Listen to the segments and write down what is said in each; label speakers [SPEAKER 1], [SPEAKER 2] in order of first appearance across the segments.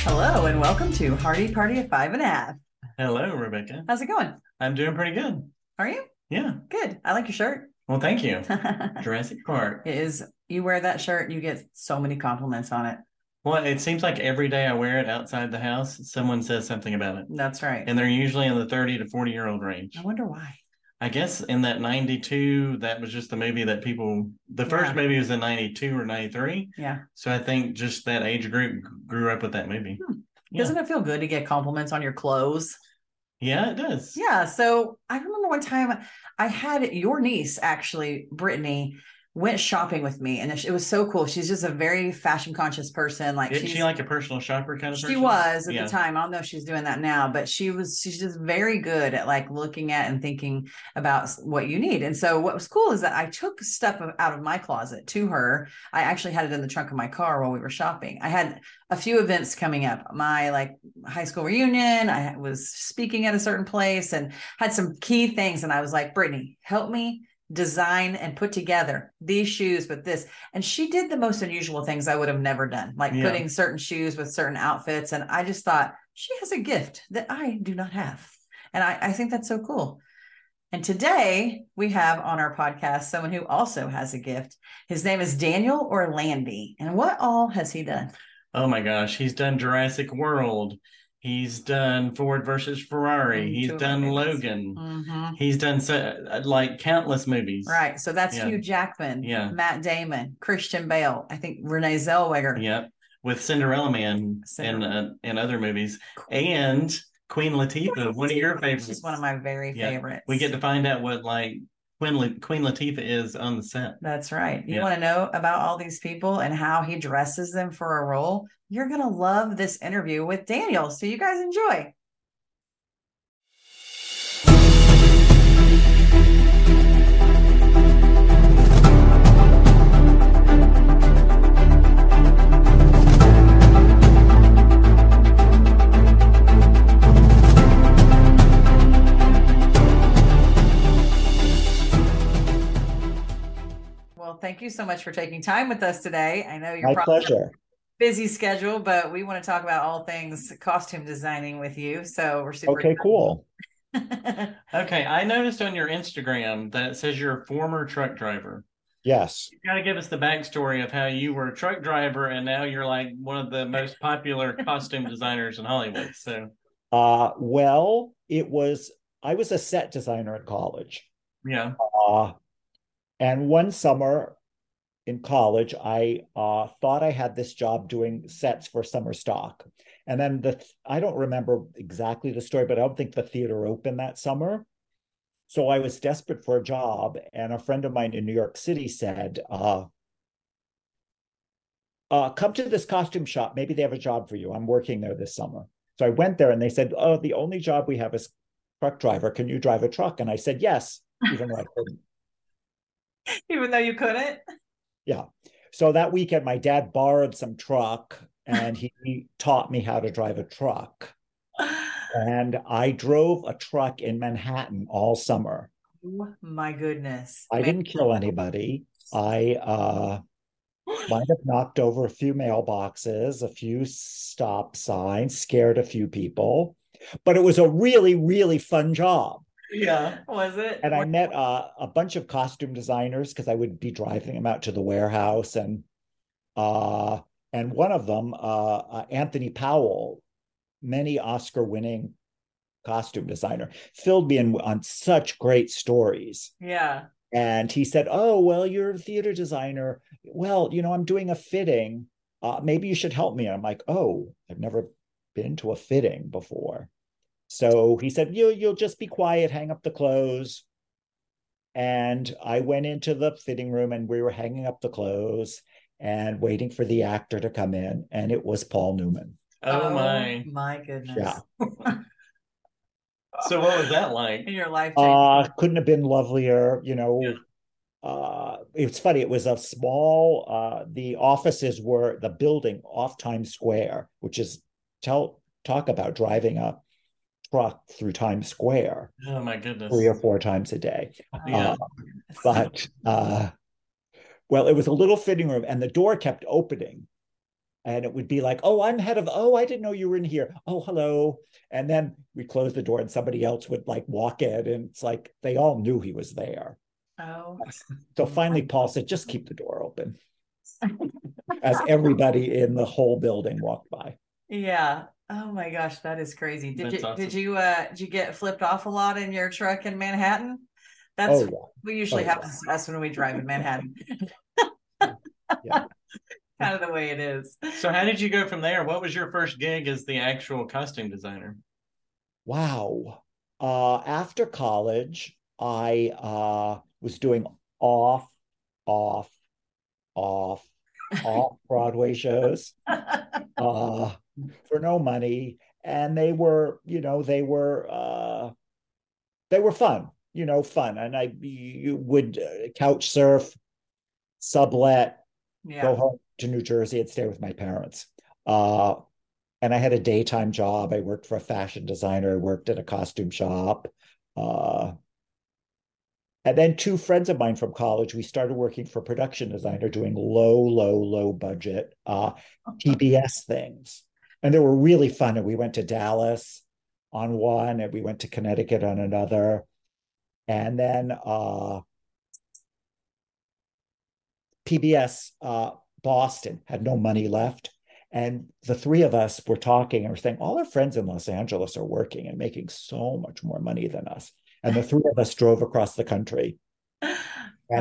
[SPEAKER 1] Hello and welcome to Hardy Party at Five and a Half.
[SPEAKER 2] Hello, Rebecca.
[SPEAKER 1] How's it going?
[SPEAKER 2] I'm doing pretty good.
[SPEAKER 1] Are you
[SPEAKER 2] Yeah.
[SPEAKER 1] good? I like your shirt.
[SPEAKER 2] Well, thank you.
[SPEAKER 1] it
[SPEAKER 2] Jurassic Park.
[SPEAKER 1] is. You wear that shirt, you get so many compliments on it.
[SPEAKER 2] Well, it seems like every day I wear it outside the house, someone says something about it.
[SPEAKER 1] That's right.
[SPEAKER 2] And they're usually in the 30 to 40 year old range.
[SPEAKER 1] I wonder why.
[SPEAKER 2] I guess in that 92, that was just the movie that people, the first
[SPEAKER 1] Yeah.
[SPEAKER 2] movie was in 92 or 93.
[SPEAKER 1] Yeah.
[SPEAKER 2] So I think just that age group g- grew up with that movie.
[SPEAKER 1] Hmm.
[SPEAKER 2] Yeah.
[SPEAKER 1] Doesn't it feel good to get compliments on your clothes?
[SPEAKER 2] Yeah, it does.
[SPEAKER 1] Yeah. So I remember one time I had your niece, actually, Brittany, went shopping with me, and it was so cool. She's just a very fashion conscious person. Like
[SPEAKER 2] Isn't
[SPEAKER 1] she's
[SPEAKER 2] she like a personal shopper kind of
[SPEAKER 1] she
[SPEAKER 2] person?
[SPEAKER 1] was at
[SPEAKER 2] Yeah.
[SPEAKER 1] the time. I don't know if she's doing that now, but she was. She's just very good at like looking at and thinking about s- what you need. And so, what was cool is that I took stuff of- out of my closet to her. I actually had it in the trunk of my car while we were shopping. I had a few events coming up. My like high school reunion. I was speaking at a certain place and had some key things. And I was like, Brittany, help me design and put together these shoes with this. And she did the most unusual things I would have never done, like
[SPEAKER 2] Yeah.
[SPEAKER 1] putting certain shoes with certain outfits. And I just thought, she has a gift that I do not have. And I, I think that's so cool. And today we have on our podcast someone who also has a gift. His name is Daniel Orlandi. And what all has he done?
[SPEAKER 2] Oh my gosh, he's done Jurassic World. He's done Ford versus Ferrari.
[SPEAKER 1] Mm,
[SPEAKER 2] He's
[SPEAKER 1] two of my
[SPEAKER 2] done Mm-hmm.
[SPEAKER 1] favorites.
[SPEAKER 2] Logan. He's done so, like countless movies.
[SPEAKER 1] Right. So that's
[SPEAKER 2] Yeah.
[SPEAKER 1] Hugh Jackman,
[SPEAKER 2] Yeah.
[SPEAKER 1] Matt Damon, Christian Bale, I think Renee Zellweger.
[SPEAKER 2] Yep. With Cinderella Man and uh,
[SPEAKER 1] Cinderella.
[SPEAKER 2] and other movies, and Queen Latifah, one of your favorites.
[SPEAKER 1] She's one of my very
[SPEAKER 2] Yeah.
[SPEAKER 1] favorites.
[SPEAKER 2] We get to find out what like Queen La- Queen Latifah is on the set.
[SPEAKER 1] That's right. You
[SPEAKER 2] Yeah.
[SPEAKER 1] want to know about all these people and how he dresses them for a role? You're going to love this interview with Daniel. So you guys enjoy. Well, thank you so much for taking time with us today. I know you're
[SPEAKER 3] My
[SPEAKER 1] probably
[SPEAKER 3] pleasure.
[SPEAKER 1] busy schedule, but we want to talk about all things costume designing with you. So we're super
[SPEAKER 3] Okay, cool.
[SPEAKER 1] excited.
[SPEAKER 2] Okay, I noticed on your Instagram that it says you're a former truck driver.
[SPEAKER 3] Yes.
[SPEAKER 2] You gotta give us the backstory of how you were a truck driver and now you're like one of the most popular costume designers in Hollywood. So
[SPEAKER 3] Uh, well, it was, I was a set designer at college.
[SPEAKER 2] yeah,
[SPEAKER 3] Uh, and one summer in college, I uh, thought I had this job doing sets for summer stock. And then the, th- I don't remember exactly the story, but I don't think the theater opened that summer. So I was desperate for a job. And a friend of mine in New York City said, uh, uh, come to this costume shop. Maybe they have a job for you. I'm working there this summer. So I went there and they said, Oh, the only job we have is truck driver. Can you drive a truck? And I said, Yes, even though I couldn't.
[SPEAKER 1] Even though you couldn't.
[SPEAKER 3] So that weekend, my dad borrowed some truck and he taught me how to drive a truck.
[SPEAKER 1] Oh
[SPEAKER 3] And I drove a truck in Manhattan all summer.
[SPEAKER 1] Oh my goodness.
[SPEAKER 3] I
[SPEAKER 1] Man,
[SPEAKER 3] didn't kill anybody. I uh, might have knocked over a few mailboxes, a few stop signs, scared a few people, but it was a really, really fun job.
[SPEAKER 2] yeah.
[SPEAKER 1] Was it?
[SPEAKER 3] And I met uh, a bunch of costume designers because I would be driving them out to the warehouse, and uh, and one of them, uh, uh, Anthony Powell, many Oscar-winning costume designer, filled me in on such great stories.
[SPEAKER 1] yeah.
[SPEAKER 3] And he said, "Oh, well, you're a theater designer. Well, you know, I'm doing a fitting. Uh, maybe you should help me." And I'm like, "Oh, I've never been to a fitting before." So he said, "You you'll just be quiet, hang up the clothes." And I went into the fitting room, and we were hanging up the clothes and waiting for the actor to come in, and it was Paul Newman.
[SPEAKER 1] Um,
[SPEAKER 2] Oh my.
[SPEAKER 1] My goodness.
[SPEAKER 3] Yeah.
[SPEAKER 2] So what was that like?
[SPEAKER 1] In your life.
[SPEAKER 3] Uh, couldn't have been lovelier, you know.
[SPEAKER 2] Yeah.
[SPEAKER 3] Uh, it's funny. It was a small. Uh, the offices were the building off Times Square, which is tell talk about driving a truck through Times Square
[SPEAKER 2] Oh my goodness.
[SPEAKER 3] three or four times a day.
[SPEAKER 1] Oh,
[SPEAKER 2] Yeah.
[SPEAKER 3] Uh, but uh, well, it was a little fitting room, and the door kept opening, and it would be like, "Oh, I'm head of. Oh, I didn't know you were in here. Oh, hello." And then we closed the door, and somebody else would like walk in, and it's like they all knew he was there.
[SPEAKER 1] oh,
[SPEAKER 3] So finally, Paul said, "Just keep the door open," as everybody in the whole building walked by.
[SPEAKER 1] yeah. Oh my gosh, that is crazy. Did
[SPEAKER 2] That's
[SPEAKER 1] you
[SPEAKER 2] awesome.
[SPEAKER 1] did you uh did you get flipped off a lot in your truck in Manhattan? That's
[SPEAKER 3] Oh yeah.
[SPEAKER 1] what usually
[SPEAKER 3] Oh,
[SPEAKER 1] happens to us when we drive in Manhattan.
[SPEAKER 3] Yeah.
[SPEAKER 1] Kind of the way it is.
[SPEAKER 2] So how did you go from there? What was your first gig as the actual costume designer?
[SPEAKER 3] Wow. Uh, after college, I uh, was doing off, off, off, off Broadway shows uh, for no money, and they were, you know, they were uh, they were fun, you know, fun. And I you would uh, couch surf, sublet,
[SPEAKER 1] yeah.
[SPEAKER 3] go home to New Jersey and stay with my parents. Uh, and I had a daytime job. I worked for a fashion designer. I worked at a costume shop. Uh, and then two friends of mine from college, we started working for a production designer doing low, low, low budget uh, TBS things. And they were really fun. And we went to Dallas on one and we went to Connecticut on another. And then uh, PBS uh, Boston had no money left. And the three of us were talking and we're saying, all our friends in Los Angeles are working and making so much more money than us. And the three of us drove across the country and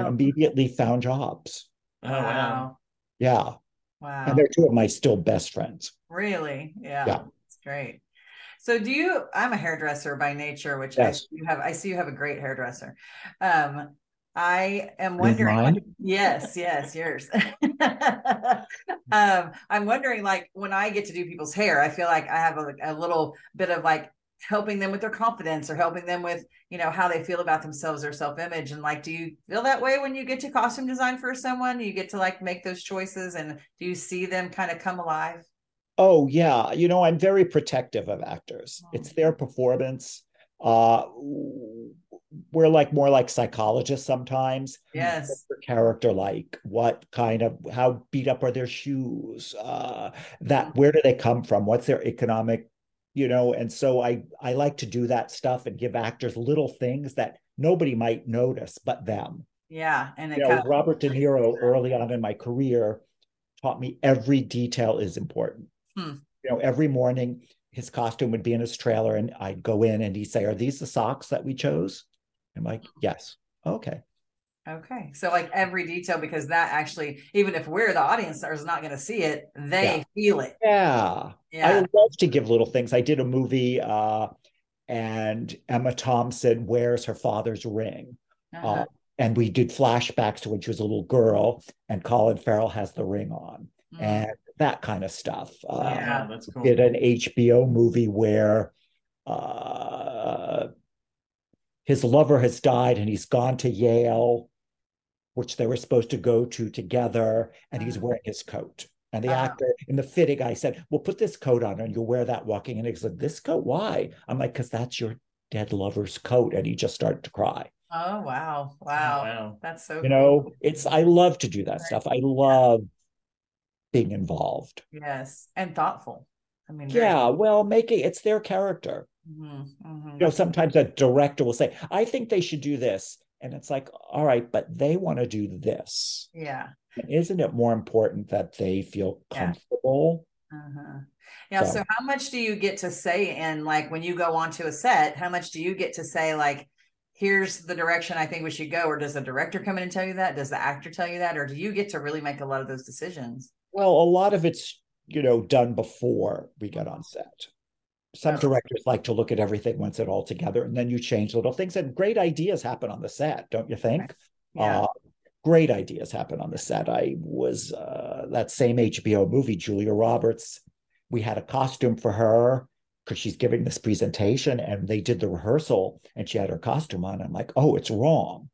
[SPEAKER 1] Oh.
[SPEAKER 3] immediately found jobs.
[SPEAKER 2] Oh wow.
[SPEAKER 3] Yeah.
[SPEAKER 1] Wow.
[SPEAKER 3] And they're two of my still best friends.
[SPEAKER 1] Really? Yeah.
[SPEAKER 3] Yeah.
[SPEAKER 1] That's great. So do you I'm a hairdresser by nature, which I
[SPEAKER 3] Yes.
[SPEAKER 1] see you have I see you have a great hairdresser. Um I am wondering
[SPEAKER 3] mine?
[SPEAKER 1] like, yes, yes, yours. um I'm wondering like when I get to do people's hair, I feel like I have a, a little bit of like helping them with their confidence or helping them with, you know, how they feel about themselves or self-image and like do you feel that way when you get to costume design for someone? You get to like make those choices and do you see them kind of come alive?
[SPEAKER 3] Oh, yeah. You know, I'm very protective of actors,
[SPEAKER 1] Oh.
[SPEAKER 3] it's their performance. Uh, we're like more like psychologists sometimes.
[SPEAKER 1] Yes.
[SPEAKER 3] their character like? What kind of how beat up are their shoes? Uh, that where do they come from? What's their economic, you know? And so I I like to do that stuff and give actors little things that nobody might notice but them.
[SPEAKER 1] Yeah, and it
[SPEAKER 3] You know,
[SPEAKER 1] kind of-
[SPEAKER 3] Robert De Niro
[SPEAKER 1] uh,
[SPEAKER 3] early on in my career taught me every detail is important.
[SPEAKER 1] Hmm.
[SPEAKER 3] You know, every morning his costume would be in his trailer, and I'd go in and he'd say, "Are these the socks that we chose?" I'm like, "Yes." Okay.
[SPEAKER 1] okay. So like every detail, because that actually, even if we're the audience that is not going to see it, they
[SPEAKER 3] Yeah.
[SPEAKER 1] feel it.
[SPEAKER 3] Yeah. I
[SPEAKER 1] Yeah.
[SPEAKER 3] love to give little things. I did a movie, uh, and Emma Thompson wears her father's ring.
[SPEAKER 1] Uh-huh.
[SPEAKER 3] Uh, and we did flashbacks to when she was a little girl, and Colin Farrell has the ring on,
[SPEAKER 1] Mm.
[SPEAKER 3] and that kind of stuff.
[SPEAKER 2] Oh,
[SPEAKER 3] Uh,
[SPEAKER 1] Yeah.
[SPEAKER 2] wow, that's cool.
[SPEAKER 3] Did an HBO movie where uh, his lover has died and he's gone to Yale, which they were supposed to go to together, and he's
[SPEAKER 1] Ah.
[SPEAKER 3] wearing his coat. And the
[SPEAKER 1] Ah.
[SPEAKER 3] actor in the fitting, I said, "Well, put this coat on, and you'll wear that walking." And he said, "This coat? Why?" I'm like, "Cause that's your dead lover's coat." And he just started to cry.
[SPEAKER 1] Oh wow,
[SPEAKER 2] Oh,
[SPEAKER 1] wow,
[SPEAKER 2] wow.
[SPEAKER 1] that's so
[SPEAKER 3] You
[SPEAKER 1] cool.
[SPEAKER 3] know, it's I love to do that
[SPEAKER 1] Right.
[SPEAKER 3] stuff. I love being involved.
[SPEAKER 1] yes, and thoughtful. I mean, very-
[SPEAKER 3] Yeah, well, making it's their character.
[SPEAKER 1] Mhm, mhm.
[SPEAKER 3] you know sometimes a director will say i think they should do this and it's like all right but they want to do this
[SPEAKER 1] yeah.
[SPEAKER 3] And isn't it more important that they feel
[SPEAKER 1] Yeah.
[SPEAKER 3] comfortable
[SPEAKER 1] Uh-huh. Now,
[SPEAKER 3] So-
[SPEAKER 1] so how much do you get to say in like when you go onto a set, how much do you get to say like here's the direction I think we should go or does the director come in and tell you that? Does the actor tell you that or do you get to really make a lot of those decisions?
[SPEAKER 3] well a lot of it's you know done before we get on set some
[SPEAKER 1] Oh.
[SPEAKER 3] directors like to look at everything once it all together and then you change little things and great ideas happen on the set don't you think
[SPEAKER 1] Yeah.
[SPEAKER 3] Uh, great ideas happen on the set. I was uh, that same HBO movie, Julia Roberts. We had a costume for her because she's giving this presentation, and they did the rehearsal, and she had her costume on. I'm like, oh, it's wrong.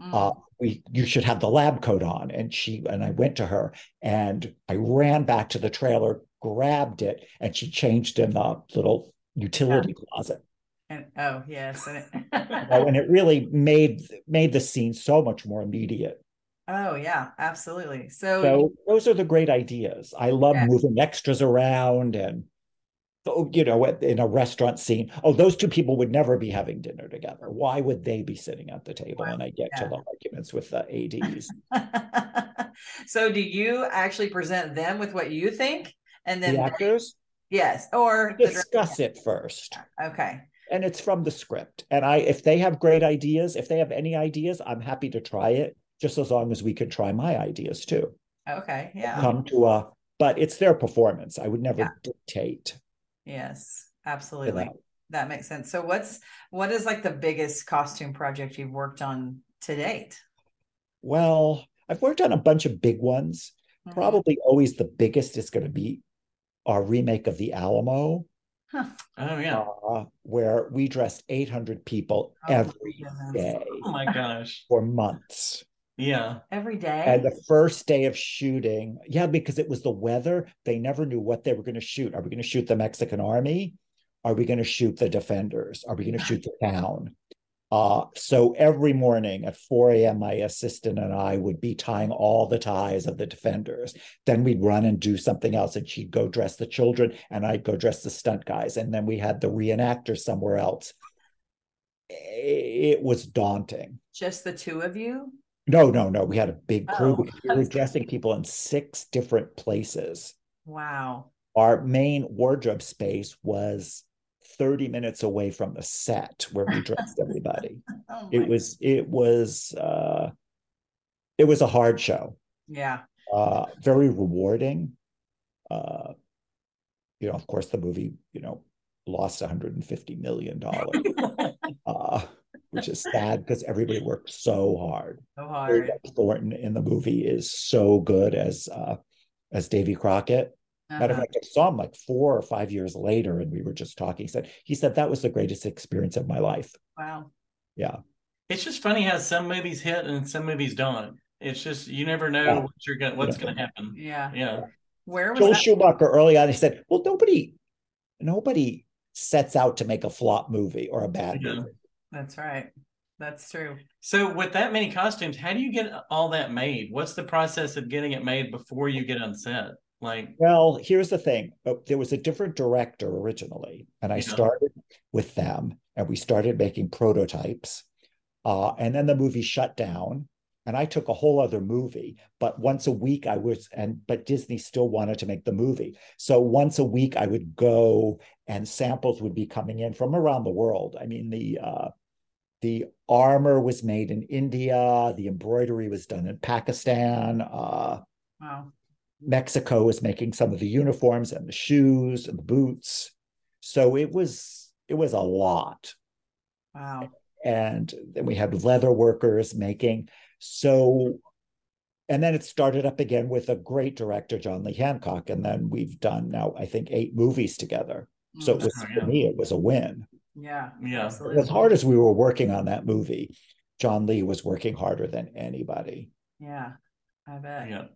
[SPEAKER 1] Mm.
[SPEAKER 3] We, you should have the lab coat on. And she and I went to her, and I ran back to the trailer, grabbed it, and she changed in the little utility closet.
[SPEAKER 1] And oh yes. and it-
[SPEAKER 3] Oh, and it really made made the scene so much more immediate.
[SPEAKER 1] oh yeah, absolutely. So,
[SPEAKER 3] So those are the great ideas. I love
[SPEAKER 1] Yeah.
[SPEAKER 3] moving extras around and oh, you know, at- in a restaurant scene. Oh, those two people would never be having dinner together. Why would they be sitting at the table?
[SPEAKER 1] Why-
[SPEAKER 3] And I get to
[SPEAKER 1] yeah.
[SPEAKER 3] the arguments with the ADs.
[SPEAKER 1] so do you actually present them with what you think, and then
[SPEAKER 3] the actors
[SPEAKER 1] yes, or the director?
[SPEAKER 3] discuss it first.
[SPEAKER 1] Okay.
[SPEAKER 3] And it's from the script. And I if they have great ideas, if they have any ideas, I'm happy to try it, just as long as we can try my ideas too.
[SPEAKER 1] Okay. Yeah.
[SPEAKER 3] come to a but it's their performance i would never
[SPEAKER 1] Yeah.
[SPEAKER 3] dictate
[SPEAKER 1] Yes.
[SPEAKER 3] to
[SPEAKER 1] Absolutely.
[SPEAKER 3] that.
[SPEAKER 1] That makes sense. So what's what is like the biggest costume project you've worked on to date?
[SPEAKER 3] well i've worked on a bunch of big ones
[SPEAKER 1] Mhm.
[SPEAKER 3] probably always the biggest is going to be our remake of the alamo
[SPEAKER 2] Oh yeah.
[SPEAKER 3] uh, where we dressed 800 people
[SPEAKER 1] Oh,
[SPEAKER 3] every
[SPEAKER 1] goodness.
[SPEAKER 3] day
[SPEAKER 2] Oh my gosh.
[SPEAKER 3] for months
[SPEAKER 2] Yeah.
[SPEAKER 1] Every day.
[SPEAKER 3] and the first day of shooting yeah because it was the weather they never knew what they were going to shoot are we going to shoot the mexican army are we going to shoot the defenders are we going to shoot the town uh, so every morning at 4 a.m my assistant and i would be tying all the ties of the defenders then we'd run and do something else and she'd go dress the children and i'd go dress the stunt guys and then we had the reenactor somewhere else it was daunting
[SPEAKER 1] Just the two of you?
[SPEAKER 3] no, no, no. We had a big crew.
[SPEAKER 1] Oh,
[SPEAKER 3] because we
[SPEAKER 1] I
[SPEAKER 3] were
[SPEAKER 1] was-
[SPEAKER 3] dressing people in six different places.
[SPEAKER 1] Wow.
[SPEAKER 3] Our main wardrobe space was 30 minutes away from the set where we dressed everybody.
[SPEAKER 1] Oh my-
[SPEAKER 3] It was it was uh it was a hard show.
[SPEAKER 1] yeah.
[SPEAKER 3] Uh very rewarding. Uh you know, of course the movie, you know, lost 150 million dollars, uh, which is sad because everybody worked so hard.
[SPEAKER 1] So hard.
[SPEAKER 3] Jacob Thornton in the movie is so good as uh, as Davy Crockett. Matter of
[SPEAKER 1] Uh-huh.
[SPEAKER 3] fact, I saw him like four or five years later, and we were just talking. He said he said that was the greatest experience of my life.
[SPEAKER 1] Wow.
[SPEAKER 2] It's just funny how some movies hit and some movies don't. It's just you never know
[SPEAKER 3] Yeah.
[SPEAKER 2] what you're gonna what's gonna happen.
[SPEAKER 1] Yeah.
[SPEAKER 2] Yeah.
[SPEAKER 1] Where was
[SPEAKER 3] Joel
[SPEAKER 1] that?
[SPEAKER 3] Schumacher early on, he said, "Well, nobody, nobody sets out to make a flop movie or a bad
[SPEAKER 2] Yeah.
[SPEAKER 3] movie."
[SPEAKER 1] That's right. That's true.
[SPEAKER 2] So with that many costumes, how do you get all that made? What's the process of getting it made before you get on set? Like
[SPEAKER 3] Well, here's the thing: Uh, there was a different director originally, and I
[SPEAKER 2] Yeah.
[SPEAKER 3] started with them, and we started making prototypes. Uh, and then the movie shut down, and I took a whole other movie. But once a week, I was, and but Disney still wanted to make the movie, so once a week I would go, and samples would be coming in from around the world. I mean, the uh, the armor was made in India, the embroidery was done in Pakistan. Uh,
[SPEAKER 1] Wow.
[SPEAKER 3] Mexico is making some of the uniforms and the shoes and the boots. So it was it was a lot.
[SPEAKER 1] Wow.
[SPEAKER 3] And then we had leather workers making. So and then it started up again with a great director, John Lee Hancock. And then we've done now, I think, eight movies together. So it
[SPEAKER 1] Mm.
[SPEAKER 3] was
[SPEAKER 2] Mhm.
[SPEAKER 3] for me, it was a win.
[SPEAKER 1] yeah.
[SPEAKER 2] yeah.
[SPEAKER 1] Absolutely.
[SPEAKER 3] As hard as we were working on that movie, John Lee was working harder than anybody.
[SPEAKER 1] Yeah. I bet.
[SPEAKER 2] Yeah.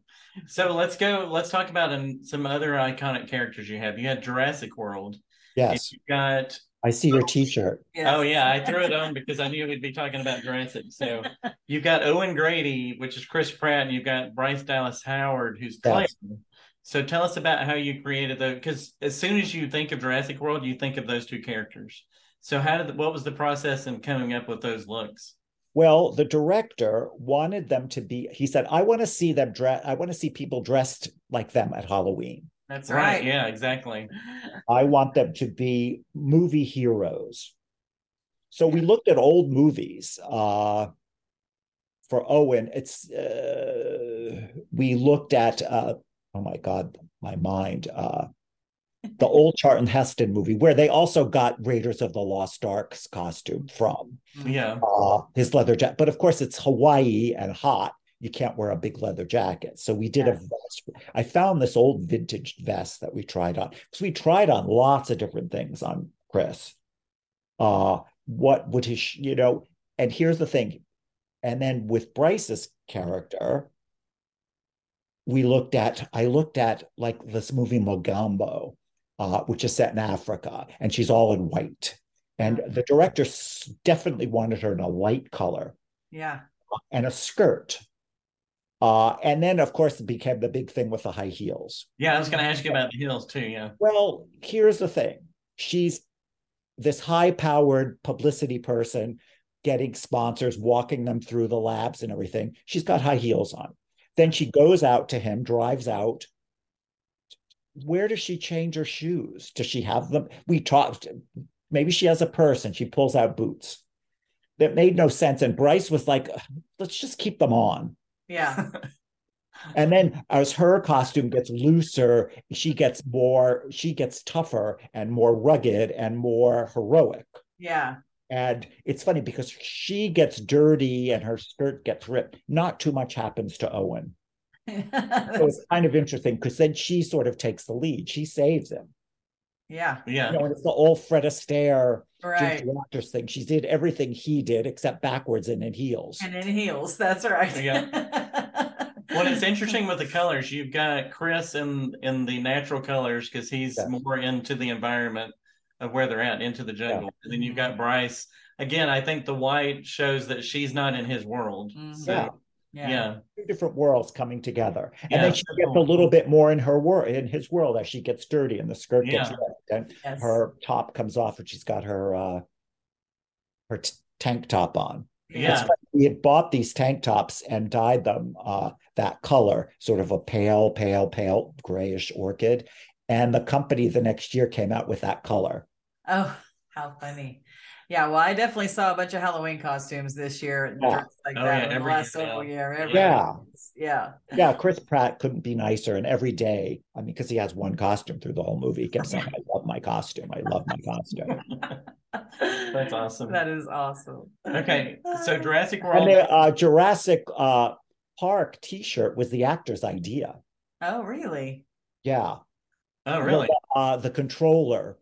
[SPEAKER 2] So let's go. Let's talk about um, some other iconic characters you have. You had Jurassic World. and
[SPEAKER 3] Yes.
[SPEAKER 2] You got.
[SPEAKER 3] I see your t-shirt.
[SPEAKER 2] Oh
[SPEAKER 1] Yes.
[SPEAKER 2] yeah, I threw it on because I knew we'd be talking about Jurassic. So you've got Owen Grady, which is Chris Pratt, and you've got Bryce Dallas Howard, who's Clay.
[SPEAKER 3] Yes.
[SPEAKER 2] So tell us about how you created those. Because as soon as you think of Jurassic World, you think of those two characters. So how did what was the process in coming up with those looks?
[SPEAKER 3] Well, the director wanted them to be, he said, I want to see them dress, I want to see people dressed like them at Halloween.
[SPEAKER 1] That's
[SPEAKER 2] Right.
[SPEAKER 1] right.
[SPEAKER 2] Yeah. Exactly.
[SPEAKER 3] I want them to be movie heroes. So we looked at old movies. Uh, for Owen, it's, uh, we looked at, uh, oh my God, my mind, uh, the old Charlton Heston movie, where they also got Raiders of the Lost Ark's costume from
[SPEAKER 1] Mm-hmm.
[SPEAKER 2] Yeah.
[SPEAKER 3] uh, his leather jacket. But of course, it's Hawaii and hot. You can't wear a big leather jacket. So we did a vest. I found this old vintage vest that we tried on because we tried on lots of different things on Chris. Uh, what would his, sh- you know, and here's the thing. And then with Bryce's character, we looked at, I looked at like this movie Mogambo, uh, which is set in Africa, and she's all in white And the director s- definitely wanted her in a light color
[SPEAKER 1] Yeah.
[SPEAKER 3] and a skirt. Uh, and then, of course, it became the big thing with the high heels.
[SPEAKER 2] Yeah, I was going to ask you about the heels too. Yeah.
[SPEAKER 3] Well, here's the thing she's this high powered publicity person getting sponsors, walking them through the labs and everything. She's got high heels on. Then she goes out to him, drives out. Where does she change her shoes? Does she have them? We talked, maybe she has a purse and she pulls out boots. That made no sense. And Bryce was like, let's just keep them on.
[SPEAKER 1] Yeah.
[SPEAKER 3] And then as her costume gets looser, she gets more, she gets tougher and more rugged and more heroic.
[SPEAKER 1] Yeah.
[SPEAKER 3] And it's funny because she gets dirty and her skirt gets ripped. Not too much happens to Owen. So it's kind of interesting because then she sort of takes the lead. She saves him.
[SPEAKER 1] yeah.
[SPEAKER 2] Yeah.
[SPEAKER 3] You know, and it's the old Fred Astaire,
[SPEAKER 1] Right.
[SPEAKER 3] Ginger Rogers thing. She did everything he did except backwards and in heels.
[SPEAKER 1] And in heels. That's right. Yeah.
[SPEAKER 2] Well, it's interesting with the colors. You've got Chris in in the natural colors because he's
[SPEAKER 3] Yes.
[SPEAKER 2] more into the environment of where they're at, into the jungle. And then you've got Bryce. Again, I think the white shows that she's not in his world.
[SPEAKER 1] Mhm.
[SPEAKER 2] So
[SPEAKER 3] Yeah.
[SPEAKER 2] yeah.
[SPEAKER 3] Two different worlds coming together. And
[SPEAKER 2] Yeah.
[SPEAKER 3] then she gets a little bit more in her world in his world as she gets dirty and the skirt gets
[SPEAKER 2] Yeah.
[SPEAKER 3] ripped and
[SPEAKER 1] Yes.
[SPEAKER 3] her top comes off and she's got her uh her t- tank top on.
[SPEAKER 2] Yeah.
[SPEAKER 3] we had bought these tank tops and dyed them uh, that color, sort of a pale, pale, pale grayish orchid. And the company the next year came out with that color.
[SPEAKER 1] Oh, how funny. Yeah, well, I definitely saw a bunch of Halloween costumes this year
[SPEAKER 3] Yeah.
[SPEAKER 1] dressed like
[SPEAKER 2] Oh,
[SPEAKER 1] that
[SPEAKER 2] yeah,
[SPEAKER 1] in the
[SPEAKER 2] every
[SPEAKER 1] last
[SPEAKER 2] year now.
[SPEAKER 1] several year. Every
[SPEAKER 3] Yeah.
[SPEAKER 1] Yeah.
[SPEAKER 3] Yeah, Chris Pratt couldn't be nicer. And every day, I mean, because he has one costume through the whole movie, he kept saying, I love my costume. I love my costume.
[SPEAKER 1] That's
[SPEAKER 2] awesome.
[SPEAKER 1] That is Uh, awesome.
[SPEAKER 2] Okay. So Jurassic
[SPEAKER 3] And
[SPEAKER 2] World.
[SPEAKER 3] the uh, Jurassic uh, Park t shirt was the actor's idea.
[SPEAKER 1] Oh, really?
[SPEAKER 3] Yeah.
[SPEAKER 2] oh, really?
[SPEAKER 3] Uh, the controller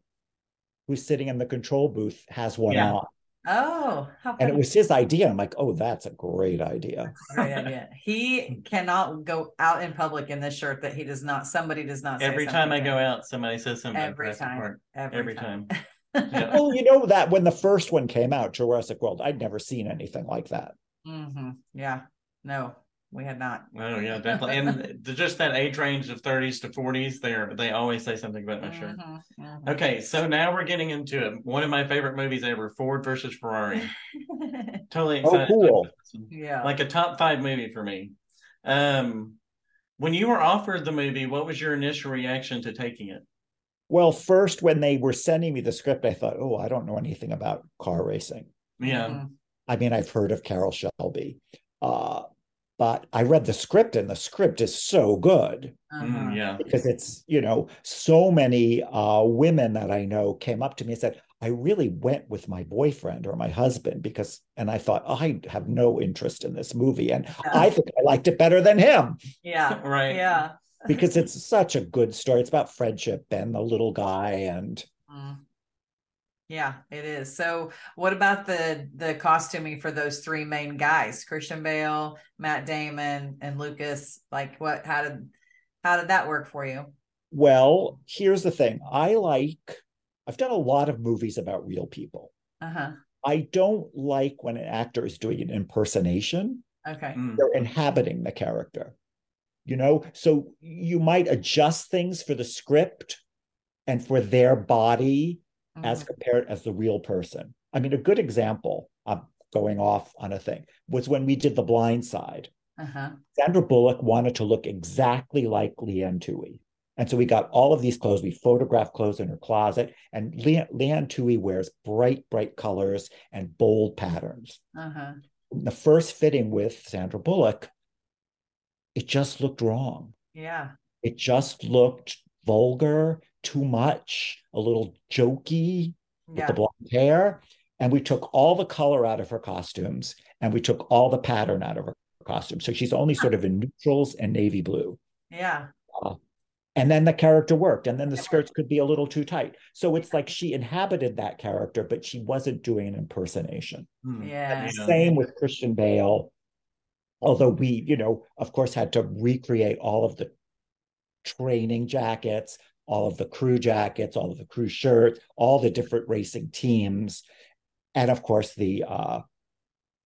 [SPEAKER 3] who's sitting in the control booth has one
[SPEAKER 2] Yeah.
[SPEAKER 3] on.
[SPEAKER 1] Oh, how
[SPEAKER 3] And it
[SPEAKER 1] funny.
[SPEAKER 3] was his idea. I'm like, oh, that's a great idea.
[SPEAKER 1] Great idea. He cannot go out in public in this shirt that he does not, somebody does not say
[SPEAKER 2] Every time I
[SPEAKER 1] something to
[SPEAKER 2] go
[SPEAKER 1] him.
[SPEAKER 2] out, somebody says something. about
[SPEAKER 1] Every
[SPEAKER 2] Jurassic
[SPEAKER 1] time.
[SPEAKER 2] Park.
[SPEAKER 1] every,
[SPEAKER 2] Every
[SPEAKER 1] time.
[SPEAKER 2] time. Yeah.
[SPEAKER 3] Well, you know that when the first one came out, Jurassic World, I'd never seen anything like that.
[SPEAKER 1] hmm Yeah. No, we had not.
[SPEAKER 2] Oh yeah, definitely. And the, just that age range of 30s to 40s, they're they always say something about my shirt.
[SPEAKER 1] Mhm, mhm.
[SPEAKER 2] Okay, so now we're getting into it. One of my favorite movies ever, Ford versus Ferrari. Totally
[SPEAKER 3] Oh,
[SPEAKER 2] excited.
[SPEAKER 3] cool.
[SPEAKER 2] about this one.
[SPEAKER 1] mm-hmm. yeah.
[SPEAKER 2] Like a top five movie for me. Um, when you were offered the movie, what was your initial reaction to taking it?
[SPEAKER 3] Well, first, when they were sending me the script, I thought, oh, I don't know anything about car racing.
[SPEAKER 2] Yeah,
[SPEAKER 1] Mhm.
[SPEAKER 3] I mean, I've heard of Carol Shelby, uh, but I read the script, and the script is so good
[SPEAKER 1] Uh-huh.
[SPEAKER 2] Mm, yeah,
[SPEAKER 3] because it's, you know, so many uh, women that I know came up to me and said, I really went with my boyfriend or my husband because, and I thought, I have no interest in this movie. And I think I liked it better than him.
[SPEAKER 1] mm-hmm. Yeah. Uh-huh.
[SPEAKER 2] right.
[SPEAKER 1] Yeah.
[SPEAKER 3] because it's such a good story. It's about friendship and the little guy, and
[SPEAKER 1] Mm. Yeah, it is. So, what about the the costuming for those three main guys, Christian Bale, Matt Damon, and Lucas? Like, what? How did how did that work for you?
[SPEAKER 3] well, here's the thing: I like. I've done a lot of movies about real people.
[SPEAKER 1] Uh huh.
[SPEAKER 3] I don't like when an actor is doing an impersonation.
[SPEAKER 1] Okay.
[SPEAKER 2] Mm,
[SPEAKER 3] They're inhabiting the character, you know. So you might adjust things for the script and for their body as
[SPEAKER 1] Mhm.
[SPEAKER 3] compared as the real person. I mean, a good example. I'm going off on a thing was when we did The Blind Side.
[SPEAKER 1] uh-huh.
[SPEAKER 3] Sandra Bullock wanted to look exactly like Leanne Tui. And so we got all of these clothes. We photographed clothes in her closet. And Le- Leanne Tui wears bright, bright colors and bold patterns.
[SPEAKER 1] Uh-huh.
[SPEAKER 3] The first fitting with Sandra Bullock, it just looked wrong.
[SPEAKER 1] Yeah.
[SPEAKER 3] It just looked vulgar, too much, a little jokey with
[SPEAKER 1] Yeah.
[SPEAKER 3] the blonde hair. And we took all the color out of her costumes and we took all the pattern out of her costume. So she's only sort of in neutrals and navy blue.
[SPEAKER 1] Yeah.
[SPEAKER 3] And then the character worked. And then the skirts could be a little too tight. So it's like she inhabited that character, but she wasn't doing an impersonation.
[SPEAKER 2] mm.
[SPEAKER 1] Yeah.
[SPEAKER 2] Yeah.
[SPEAKER 3] Same with Christian Bale. Although we, you know, of course, had to recreate all of the training jackets, all of the crew jackets, all of the crew shirts, all the different racing teams, and of course the uh,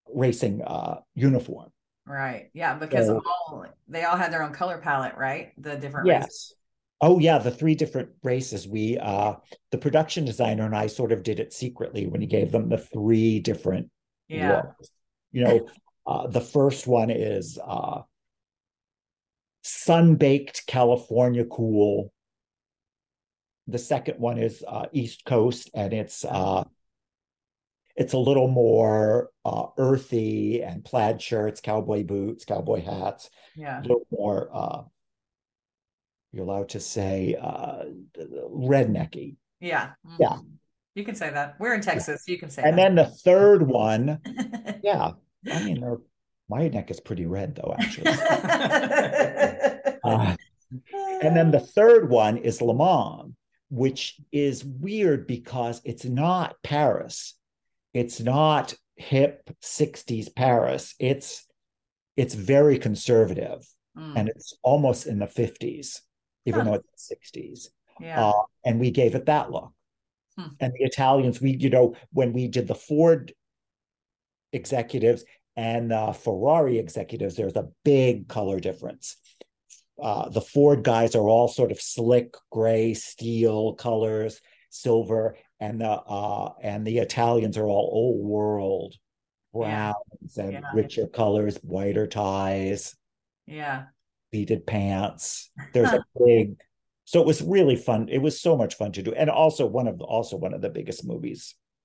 [SPEAKER 3] racing uh, uniform.
[SPEAKER 1] Right. Yeah, because
[SPEAKER 3] So-
[SPEAKER 1] all they all had their own color palette, right? The different
[SPEAKER 3] Yes.
[SPEAKER 1] races.
[SPEAKER 3] Oh yeah, the three different races. We uh the production designer and I sort of did it secretly when he gave them the three different
[SPEAKER 1] Yeah.
[SPEAKER 3] looks. You know, uh the first one is uh sun-baked California cool. The second one is uh East Coast and it's uh it's a little more uh earthy and plaid shirts, cowboy boots, cowboy hats a
[SPEAKER 1] Yeah.
[SPEAKER 3] little more uh you're allowed to say uh rednecky
[SPEAKER 1] Yeah. Mhm.
[SPEAKER 3] Yeah.
[SPEAKER 1] You can say that. We're in Texas. You can say
[SPEAKER 3] and
[SPEAKER 1] that.
[SPEAKER 3] then the third one
[SPEAKER 1] Then,
[SPEAKER 3] yeah i mean uh, my neck is pretty red though actually Uh, and then the third one is le mans which is weird because it's not paris it's not hip 60s paris it's it's very conservative
[SPEAKER 1] Mm,
[SPEAKER 3] and it's almost in the 50s even
[SPEAKER 1] Hmm. Huh.
[SPEAKER 3] though it's the 60s
[SPEAKER 1] yeah.
[SPEAKER 3] uh, and we gave it that look.
[SPEAKER 1] Hmm.
[SPEAKER 3] And the Italians, we you know, when we did the Ford executives and uh, Ferrari executives, there's a big color difference. Uh, the Ford guys are all sort of slick gray, steel colors, silver, and the uh, and the Italians are all old world
[SPEAKER 1] Yeah.
[SPEAKER 3] browns and
[SPEAKER 1] Yeah.
[SPEAKER 3] richer colors, whiter ties
[SPEAKER 1] yeah.
[SPEAKER 3] beaded pants. There's a big so it was really fun. It was so much fun to do. And also one of the also one of the biggest movies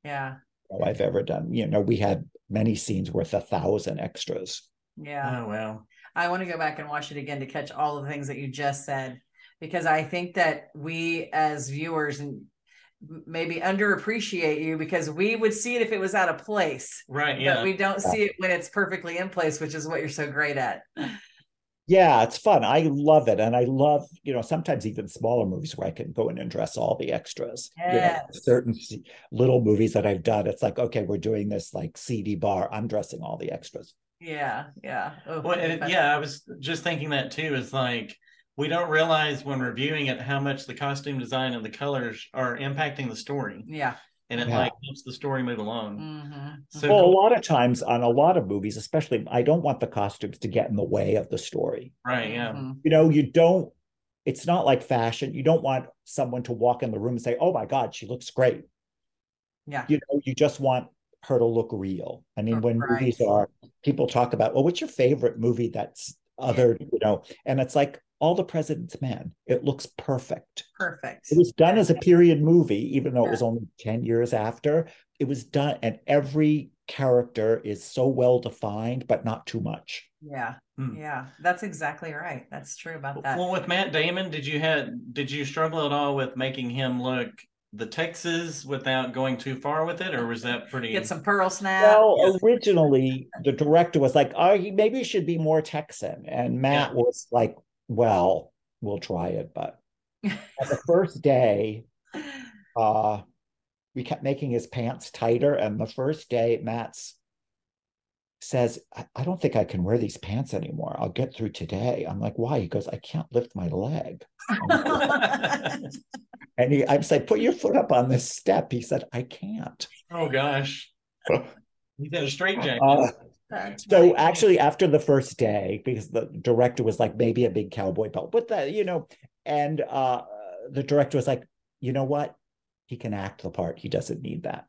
[SPEAKER 1] Yeah.
[SPEAKER 3] you know, I've ever done. You know, we had many scenes worth a thousand extras.
[SPEAKER 1] Yeah.
[SPEAKER 3] uh,
[SPEAKER 2] Oh wow.
[SPEAKER 1] I want to go back and watch it again to catch all the things that you just said because I think that we as viewers and maybe underappreciate you because we would see it if it was out of place.
[SPEAKER 2] Right.
[SPEAKER 1] But
[SPEAKER 2] Yeah.
[SPEAKER 1] we don't see it when it's perfectly in place, which is what you're so great at.
[SPEAKER 3] Yeah, it's fun. I love it. And I love, you know, sometimes even smaller movies where I can go in and dress all the extras. You know,
[SPEAKER 1] Yes.
[SPEAKER 3] certain s- little movies that I've done, it's like, okay, we're doing this like CD bar. I'm dressing all the extras.
[SPEAKER 1] Yeah. Yeah. Oh,
[SPEAKER 2] Well, and it- yeah, I was just thinking that too. Is like we don't realize when reviewing it how much the costume design and the colors are impacting the story,
[SPEAKER 1] Yeah.
[SPEAKER 2] and it
[SPEAKER 3] Yeah.
[SPEAKER 2] like helps the story move along.
[SPEAKER 1] Mhm.
[SPEAKER 2] So
[SPEAKER 3] Well, a
[SPEAKER 2] cool.
[SPEAKER 3] lot of times on a lot of movies, especially, I don't want the costumes to get in the way of the story.
[SPEAKER 2] right? Yeah.
[SPEAKER 1] Mhm.
[SPEAKER 3] you know you don't it's not like fashion you don't want someone to walk in the room and say oh my god she looks great
[SPEAKER 1] Yeah.
[SPEAKER 3] you know you just want her to look real i mean when
[SPEAKER 1] Right.
[SPEAKER 3] movies are people talk about well what's your favorite movie that's other you know and it's like all the president's men it looks perfect
[SPEAKER 1] Perfect.
[SPEAKER 3] it was done as a period movie even though it was only 10 years after it was done and every character is so well defined but not too much
[SPEAKER 1] Yeah.
[SPEAKER 2] Hmm.
[SPEAKER 1] Mm-hmm.
[SPEAKER 3] Mm.
[SPEAKER 1] Yeah. That's exactly right. That's true about that.
[SPEAKER 2] Well, with Matt Damon, did you have did you struggle at all with making him look the Texas without going too far with it, or was that pretty?
[SPEAKER 1] Get some pearl snap.
[SPEAKER 3] Well, originally the director was like, "Oh, he maybe he should be more Texan," and Matt was like, "Well, we'll try it." But on the first day, uh, we kept making his pants tighter, and the first day, Matt's says, I, "I don't think I can wear these pants anymore. I'll get through today." I'm like, "Why?" He goes, "I can't lift my leg." And he, I'm saying, "Put your foot up on this step." He said, "I can't."
[SPEAKER 2] oh gosh, he's in a straight jacket.
[SPEAKER 3] Uh,
[SPEAKER 1] That's
[SPEAKER 3] So
[SPEAKER 1] funny.
[SPEAKER 3] actually, after the first day, because the director was like, maybe a big cowboy belt, but that you know, and uh, the director was like, you know what, he can act the part. He doesn't need that.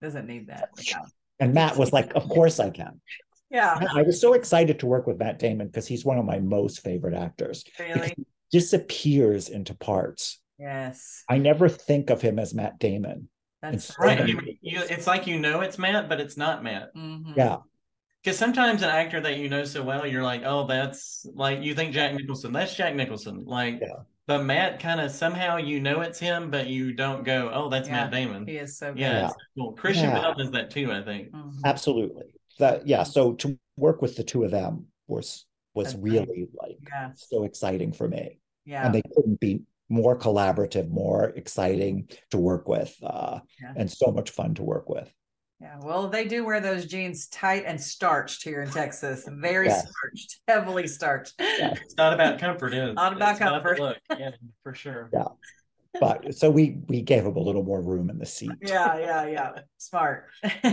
[SPEAKER 1] doesn't need that. Yeah.
[SPEAKER 3] And Matt was like, of course I can.
[SPEAKER 1] Yeah,
[SPEAKER 3] I was so excited to work with Matt Damon because he's one of my most favorite actors.
[SPEAKER 1] really.
[SPEAKER 3] Disappears into parts.
[SPEAKER 1] Yes.
[SPEAKER 3] I never think of him as Matt Damon.
[SPEAKER 1] That's
[SPEAKER 3] It's
[SPEAKER 2] right.
[SPEAKER 3] funny.
[SPEAKER 2] You, you, it's like you know it's Matt, but it's not Matt.
[SPEAKER 1] Mhm.
[SPEAKER 3] Yeah,
[SPEAKER 2] Because sometimes an actor that you know so well, you're like, oh, that's like you think Jack Nicholson, that's Jack Nicholson. Like,
[SPEAKER 3] Yeah.
[SPEAKER 2] but Matt kind of somehow you know it's him, but you don't go, oh, that's
[SPEAKER 1] Yeah.
[SPEAKER 2] Matt Damon. Yeah,
[SPEAKER 1] He is so good.
[SPEAKER 3] Yeah.
[SPEAKER 2] it's cool. Christian
[SPEAKER 3] Yeah.
[SPEAKER 2] Bale does that too, I think.
[SPEAKER 1] Mhm.
[SPEAKER 3] absolutely. That yeah. So to work with the two of them was was
[SPEAKER 1] That's great.
[SPEAKER 3] really like
[SPEAKER 1] Yeah.
[SPEAKER 3] so exciting for me.
[SPEAKER 1] Yeah.
[SPEAKER 3] and they couldn't be more collaborative, more exciting to work with, uh,
[SPEAKER 1] Yeah.
[SPEAKER 3] and so much fun to work with.
[SPEAKER 1] yeah. Well, they do wear those jeans tight and starched here in Texas. Very
[SPEAKER 3] Yes.
[SPEAKER 1] starched, heavily starched.
[SPEAKER 2] It's not about comfort, is it?
[SPEAKER 1] Not about
[SPEAKER 2] It's the
[SPEAKER 1] comfort.
[SPEAKER 2] look. Yeah, for sure.
[SPEAKER 3] but so we we gave him a little more room in the seat.
[SPEAKER 1] Yeah, yeah, yeah. Smart.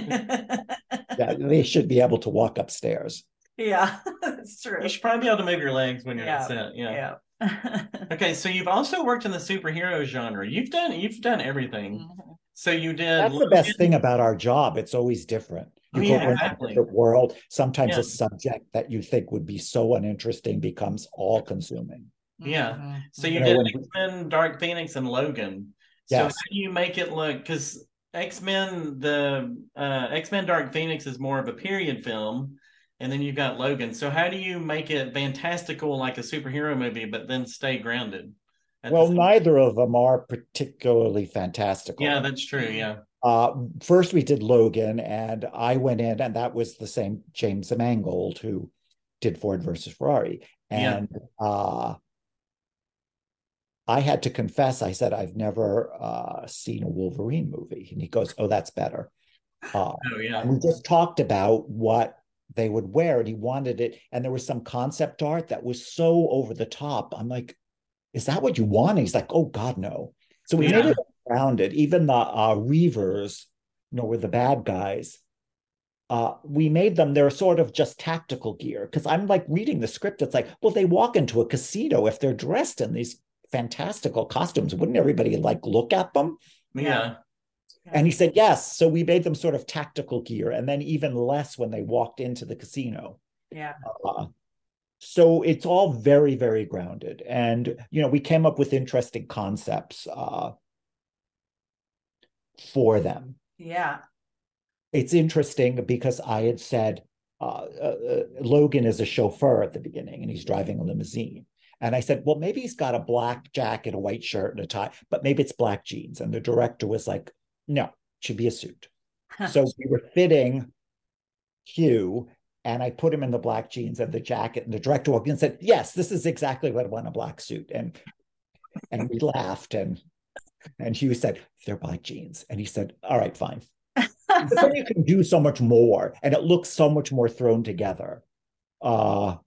[SPEAKER 3] Yeah, they should be able to walk upstairs.
[SPEAKER 1] yeah, that's true.
[SPEAKER 2] You should probably be able to move your legs when you're
[SPEAKER 1] Yeah.
[SPEAKER 2] upset.
[SPEAKER 3] uh,
[SPEAKER 2] Yeah.
[SPEAKER 1] Yeah.
[SPEAKER 2] Okay, so you've also worked in the superhero genre. You've done you've done
[SPEAKER 1] Mm-hmm.
[SPEAKER 3] mm-hmm.
[SPEAKER 2] everything. So you did.
[SPEAKER 3] That's the best thing about our job. It's always different. You
[SPEAKER 2] Oh,
[SPEAKER 3] go
[SPEAKER 2] yeah,
[SPEAKER 3] into a
[SPEAKER 2] exactly.
[SPEAKER 3] different world. Sometimes
[SPEAKER 2] Yeah.
[SPEAKER 3] a subject that you think would be so uninteresting becomes all consuming.
[SPEAKER 2] Yeah.
[SPEAKER 1] Mhm.
[SPEAKER 2] So you
[SPEAKER 3] You know,
[SPEAKER 2] did
[SPEAKER 3] when-
[SPEAKER 2] X Men, Dark Phoenix, and Logan. So
[SPEAKER 3] Yes.
[SPEAKER 2] how do you make it look? Because X Men, the uh, X Men Dark Phoenix is more of a period film, and then you've got Logan. So how do you make it fantastical like a superhero movie, but then stay grounded? at the
[SPEAKER 3] Well,
[SPEAKER 2] same-
[SPEAKER 3] neither of them are particularly fantastical.
[SPEAKER 2] yeah, that's true. Yeah,
[SPEAKER 3] Uh, first, we did Logan, and I went in, and that was the same James Mangold who did Ford versus Ferrari.
[SPEAKER 2] Yeah.
[SPEAKER 3] And uh, I had to confess, I said, I've never uh, seen a Wolverine movie. And he goes, Oh, that's better. Uh,
[SPEAKER 2] oh yeah,
[SPEAKER 3] and we just talked about what they would wear, and he wanted it. And there was some concept art that was so over the top. I'm like, Is that what you want? And he's like, Oh, God, no. So we
[SPEAKER 2] Yeah.
[SPEAKER 3] made it rounded. Even the uh, Reavers, you know, were the bad guys. Uh, we made them, they're sort of just tactical gear. Cause I'm like reading the script. It's like, well, they walk into a casino if they're dressed in these fantastical costumes. Wouldn't everybody like look at them?
[SPEAKER 2] yeah,
[SPEAKER 3] And he said, yes. So we made them sort of tactical gear and then even less when they walked into the casino.
[SPEAKER 1] Yeah.
[SPEAKER 3] Uh, so it's all very, very grounded. And, you know, we came up with interesting concepts uh, for them.
[SPEAKER 1] Mm-hmm. Yeah.
[SPEAKER 3] It's interesting because I had said uh, uh, uh, Logan is a chauffeur at the beginning and he's driving a limousine. And I said, well, maybe he's got a black jacket, a white shirt, and a tie, but maybe it's black jeans. And the director was like, no, it should be a suit. So we were fitting Hugh, and I put him in the black jeans and the jacket. And the director walked in and said, "Yes, this is exactly what I want—a black suit." And and we laughed, and and Hugh said, "They're black jeans," and he said, "All right, fine." But then you can do so much more, and it looks so much more thrown together. Uh,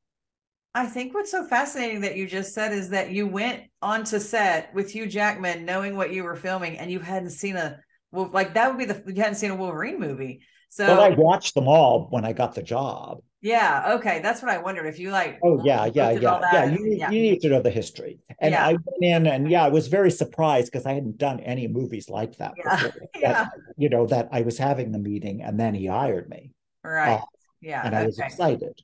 [SPEAKER 1] I think what's so fascinating that you just said is that you went onto set with Hugh Jackman knowing what you were filming and you hadn't seen a well, like that would be the you hadn't seen a Wolverine movie. So
[SPEAKER 3] but I watched them all when I got the job.
[SPEAKER 1] yeah, okay, that's what I wondered if you like
[SPEAKER 3] Oh yeah, yeah,
[SPEAKER 1] looked at all
[SPEAKER 3] yeah, yeah.
[SPEAKER 1] that
[SPEAKER 3] You
[SPEAKER 1] and-
[SPEAKER 3] need,
[SPEAKER 1] yeah.
[SPEAKER 3] you need to know the history. And
[SPEAKER 1] Yeah.
[SPEAKER 3] I went in, and yeah, I was very surprised because I hadn't done any movies like that
[SPEAKER 1] Yeah.
[SPEAKER 3] before. that,
[SPEAKER 1] Yeah.
[SPEAKER 3] you know, that I was having the meeting, and then he hired me,
[SPEAKER 1] right.
[SPEAKER 3] uh,
[SPEAKER 1] yeah.
[SPEAKER 3] and I was
[SPEAKER 1] Ah,
[SPEAKER 3] "Oh."
[SPEAKER 1] Okay.
[SPEAKER 3] excited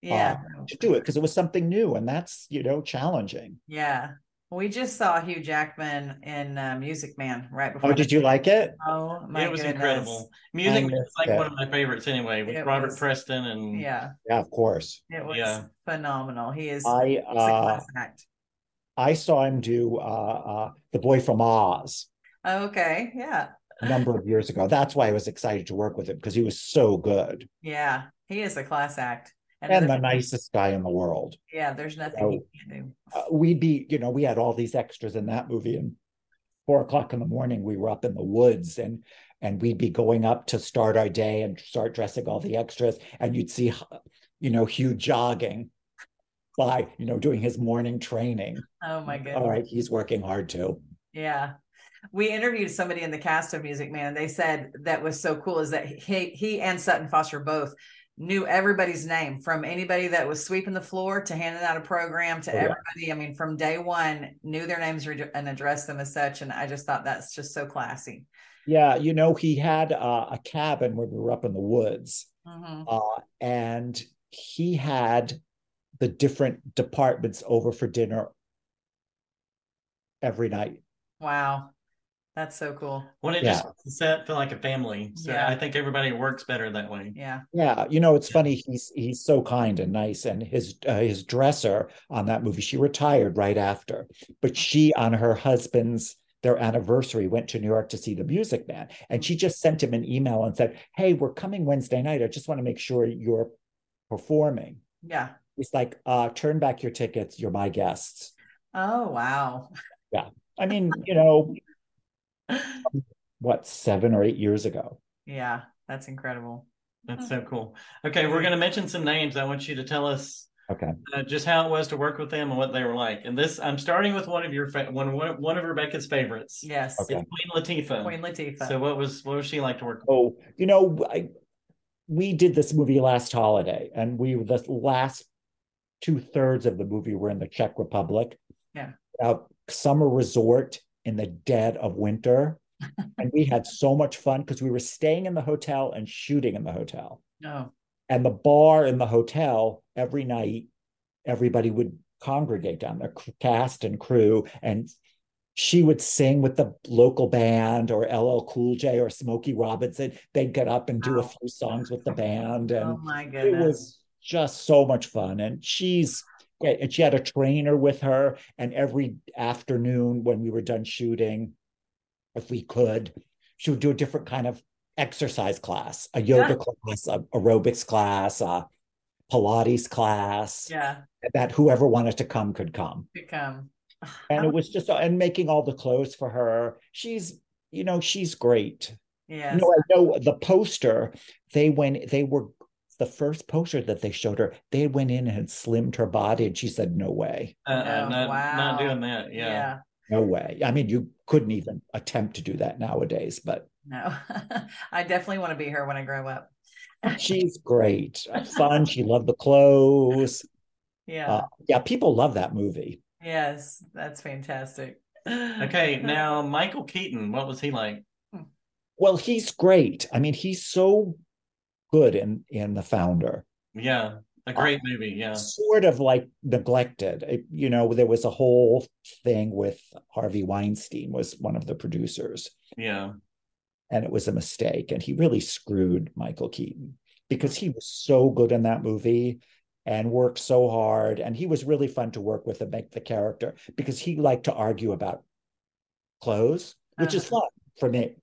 [SPEAKER 1] Yeah.
[SPEAKER 3] to do it because it was something new, and that's you know challenging.
[SPEAKER 1] Yeah. We just saw Hugh Jackman in uh, Music Man right before.
[SPEAKER 3] Oh, did you like it?
[SPEAKER 1] Oh my
[SPEAKER 2] it was
[SPEAKER 1] goodness.
[SPEAKER 2] incredible. Music
[SPEAKER 3] I
[SPEAKER 2] was
[SPEAKER 3] missed
[SPEAKER 2] like
[SPEAKER 3] it.
[SPEAKER 2] one of my favorites anyway, with
[SPEAKER 1] It
[SPEAKER 2] Robert
[SPEAKER 1] was-
[SPEAKER 2] Preston and
[SPEAKER 1] Yeah,
[SPEAKER 3] Yeah, of course.
[SPEAKER 1] it was
[SPEAKER 2] Yeah.
[SPEAKER 1] phenomenal. He is
[SPEAKER 3] I
[SPEAKER 1] he's a
[SPEAKER 3] uh,
[SPEAKER 1] class act.
[SPEAKER 3] I saw him do uh, uh, the Boy from Oz
[SPEAKER 1] Okay. Yeah.
[SPEAKER 3] a number of years ago. That's why I was excited to work with him because he was so good
[SPEAKER 1] Yeah, he is a class act,
[SPEAKER 3] and the
[SPEAKER 1] there's-
[SPEAKER 3] nicest guy in the world.
[SPEAKER 1] yeah, there's nothing he can do.
[SPEAKER 3] uh, we'd be, you know, we had all these extras in that movie, and four o'clock in the morning, we were up in the woods, and and we'd be going up to start our day and start dressing all the extras, and you'd see, you know, Hugh jogging by, you know, doing his morning training.
[SPEAKER 1] Oh my goodness.
[SPEAKER 3] All right, he's working hard too.
[SPEAKER 1] Yeah. We interviewed somebody in the cast of Music Man. and They said that was so cool is that he he and Sutton Foster both knew everybody's name from anybody that was sweeping the floor to handing out a program to
[SPEAKER 3] Oh, yeah.
[SPEAKER 1] everybody. I mean, from day one, knew their names re- and addressed them as such. And I just thought that's just so classy.
[SPEAKER 3] Yeah, you know, he had uh, a cabin when we were up in the woods,
[SPEAKER 1] Mhm.
[SPEAKER 3] uh, and he had the different departments over for dinner every night.
[SPEAKER 1] Wow, that's so cool.
[SPEAKER 2] Well, it
[SPEAKER 3] Yeah.
[SPEAKER 2] just makes the set feel like a family. So
[SPEAKER 1] Yeah.
[SPEAKER 2] I think everybody works better that way.
[SPEAKER 1] Yeah.
[SPEAKER 3] Yeah, Uh, you know, it's
[SPEAKER 2] Yeah.
[SPEAKER 3] funny. He's he's so kind and nice, and his uh, his dresser on that movie. She retired right after, but she on her husband's their anniversary went to New York to see the Music Man, and she just sent him an email and said, "Hey, we're coming Wednesday night. I just want to make sure you're performing."
[SPEAKER 1] Yeah.
[SPEAKER 3] He's like, uh, "Turn back your tickets. You're my guests."
[SPEAKER 1] Oh wow.
[SPEAKER 3] I mean, you know, what seven or eight years ago?
[SPEAKER 1] yeah, that's incredible. Mm-hmm.
[SPEAKER 2] That's so cool. Okay, we're going to mention some names. I want you to tell us
[SPEAKER 3] Okay.
[SPEAKER 2] uh, just how it was to work with them and what they were like. And this, I'm starting with one of your fa- one one one of Rebecca's favorites,
[SPEAKER 1] Yes.
[SPEAKER 3] Okay.
[SPEAKER 2] It's Queen Latifah.
[SPEAKER 1] Queen Latifah.
[SPEAKER 2] So what was what was she like to work with?
[SPEAKER 3] Oh, you know, I, we did this movie last holiday, and we the last two thirds of the movie were in the Czech Republic.
[SPEAKER 1] Yeah.
[SPEAKER 3] a summer resort in the dead of winter, and we had so much fun because we were staying in the hotel and shooting in the hotel.
[SPEAKER 1] no. Oh
[SPEAKER 3] And the bar in the hotel every night, everybody would congregate down there, c- cast and crew, and she would sing with the local band or LL Cool J or Smokey Robinson. They'd get up and do a
[SPEAKER 1] Wow.
[SPEAKER 3] few songs with the band,
[SPEAKER 1] Oh
[SPEAKER 3] and
[SPEAKER 1] my
[SPEAKER 3] it
[SPEAKER 1] goodness.
[SPEAKER 3] was just so much fun. And she's great, and she had a trainer with her. And every afternoon when we were done shooting, if we could, she would do a different kind of exercise class, a yoga class, a aerobics class, a Pilates class,
[SPEAKER 1] yeah.
[SPEAKER 3] that whoever wanted to come could come.
[SPEAKER 1] Could come.
[SPEAKER 3] And it was just and making all the clothes for her. She's, you know, she's great.
[SPEAKER 1] Yes.
[SPEAKER 3] No, I know the poster. They went. They were the first poster that they showed her. They went in and slimmed her body, and she said, "No way,
[SPEAKER 2] Uh, uh,
[SPEAKER 1] Oh,
[SPEAKER 2] not, not
[SPEAKER 1] wow.
[SPEAKER 2] doing that. Yeah.
[SPEAKER 3] no way." I mean, you couldn't even attempt to do that nowadays. But
[SPEAKER 1] No. I definitely want to be her when I grow up.
[SPEAKER 3] she's great, fun. She loved the clothes.
[SPEAKER 1] Yeah.
[SPEAKER 3] Uh, Yeah, people love that movie.
[SPEAKER 1] yes. That's fantastic.
[SPEAKER 2] Okay, now Michael Keaton, what was he like?
[SPEAKER 3] Well, he's great. I mean, he's so good in in the founder.
[SPEAKER 2] Yeah, a great movie. Yeah,
[SPEAKER 3] sort of like neglected. It- you know, there was a whole thing with Harvey Weinstein was one of the producers,
[SPEAKER 2] yeah,
[SPEAKER 3] and it was a mistake. And he really screwed Michael Keaton because he was so good in that movie and worked so hard. And he was really fun to work with and make the character because he liked to argue about clothes, which is
[SPEAKER 1] Uh-huh.
[SPEAKER 3] fun for me. Um,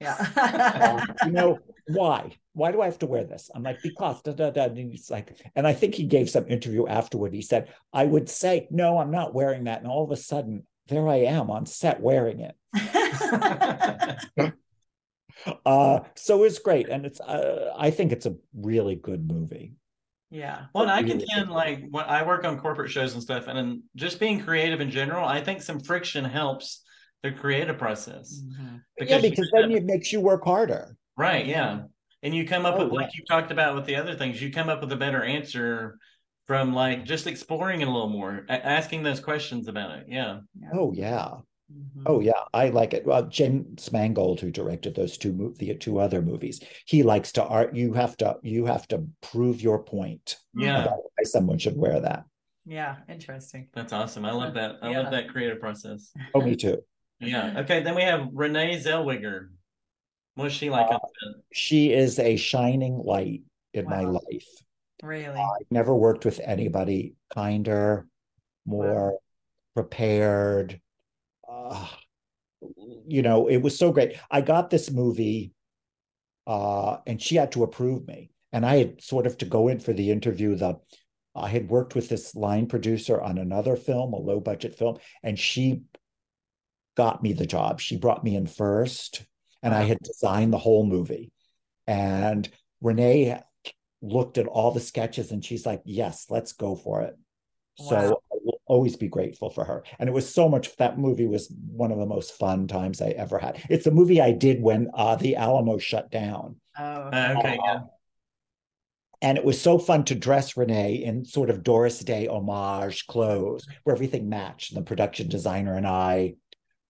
[SPEAKER 1] Yeah.
[SPEAKER 3] you know why why do i have to wear this i'm like because da, da, da. And he's like and i think he gave some interview afterward he said i would say no i'm not wearing that and all of a sudden there i am on set wearing it uh so it's great and it's uh, i think it's a really good movie
[SPEAKER 1] yeah.
[SPEAKER 2] Well, and I
[SPEAKER 3] Really
[SPEAKER 2] contend
[SPEAKER 3] good.
[SPEAKER 2] like when I work on corporate shows and stuff, and then just being creative in general, I think some friction helps the creative process
[SPEAKER 1] Mhm.
[SPEAKER 3] yeah because
[SPEAKER 2] you-
[SPEAKER 3] then it makes you work harder
[SPEAKER 2] right, yeah, and you come up
[SPEAKER 3] Oh,
[SPEAKER 2] with like you talked about with the other things, you come up with a better answer from like just exploring it a little more, a- asking those questions about it. Yeah,
[SPEAKER 3] oh yeah
[SPEAKER 1] Mhm.
[SPEAKER 3] Oh yeah, I like it. Well, James Mangold, who directed those two mo- the two other movies, he likes to art. You have to you have to prove your point
[SPEAKER 2] yeah,
[SPEAKER 3] about why someone should wear that.
[SPEAKER 1] Yeah. Interesting.
[SPEAKER 2] that's awesome. I love that. I
[SPEAKER 1] Yeah.
[SPEAKER 2] love that creative process.
[SPEAKER 3] Oh, me too.
[SPEAKER 2] Yeah. Okay. Then we have Renee Zellweger. What's she like?
[SPEAKER 3] Uh,
[SPEAKER 2] on set?
[SPEAKER 3] She is a shining light in my
[SPEAKER 1] Wow.
[SPEAKER 3] life.
[SPEAKER 1] Really.
[SPEAKER 3] I've never worked with anybody kinder, more prepared. Ah, you know, it was so great. I got this movie, uh, and she had to approve me. And I had sort of to go in for the interview. The I had worked with this line producer on another film, a low budget film, and she got me the job. She brought me in first, and I
[SPEAKER 2] Wow.
[SPEAKER 3] had designed the whole movie. And Renee looked at all the sketches and she's like, Yes, let's go for it. So
[SPEAKER 1] Wow.
[SPEAKER 3] I will always be grateful for her. And it was so much that movie was one of the most fun times I ever had. It's a movie I did when uh, the Alamo shut down.
[SPEAKER 1] Oh.
[SPEAKER 2] Uh, okay. Yeah.
[SPEAKER 3] And it was so fun to dress Renee in sort of Doris Day homage clothes where everything matched. The production designer and I,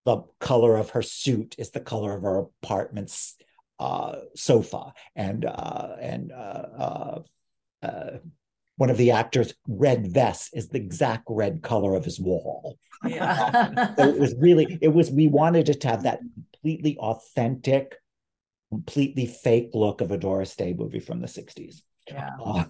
[SPEAKER 3] the color of her suit is the color of her apartment's uh, sofa. And uh, and uh, uh, uh, one of the actors' red vest is the exact red color of his wall.
[SPEAKER 1] Yeah.
[SPEAKER 3] So it was really, it was, we wanted it to have that completely authentic, completely fake look of a Doris Day movie from the 60s.
[SPEAKER 1] yeah.
[SPEAKER 3] Uh,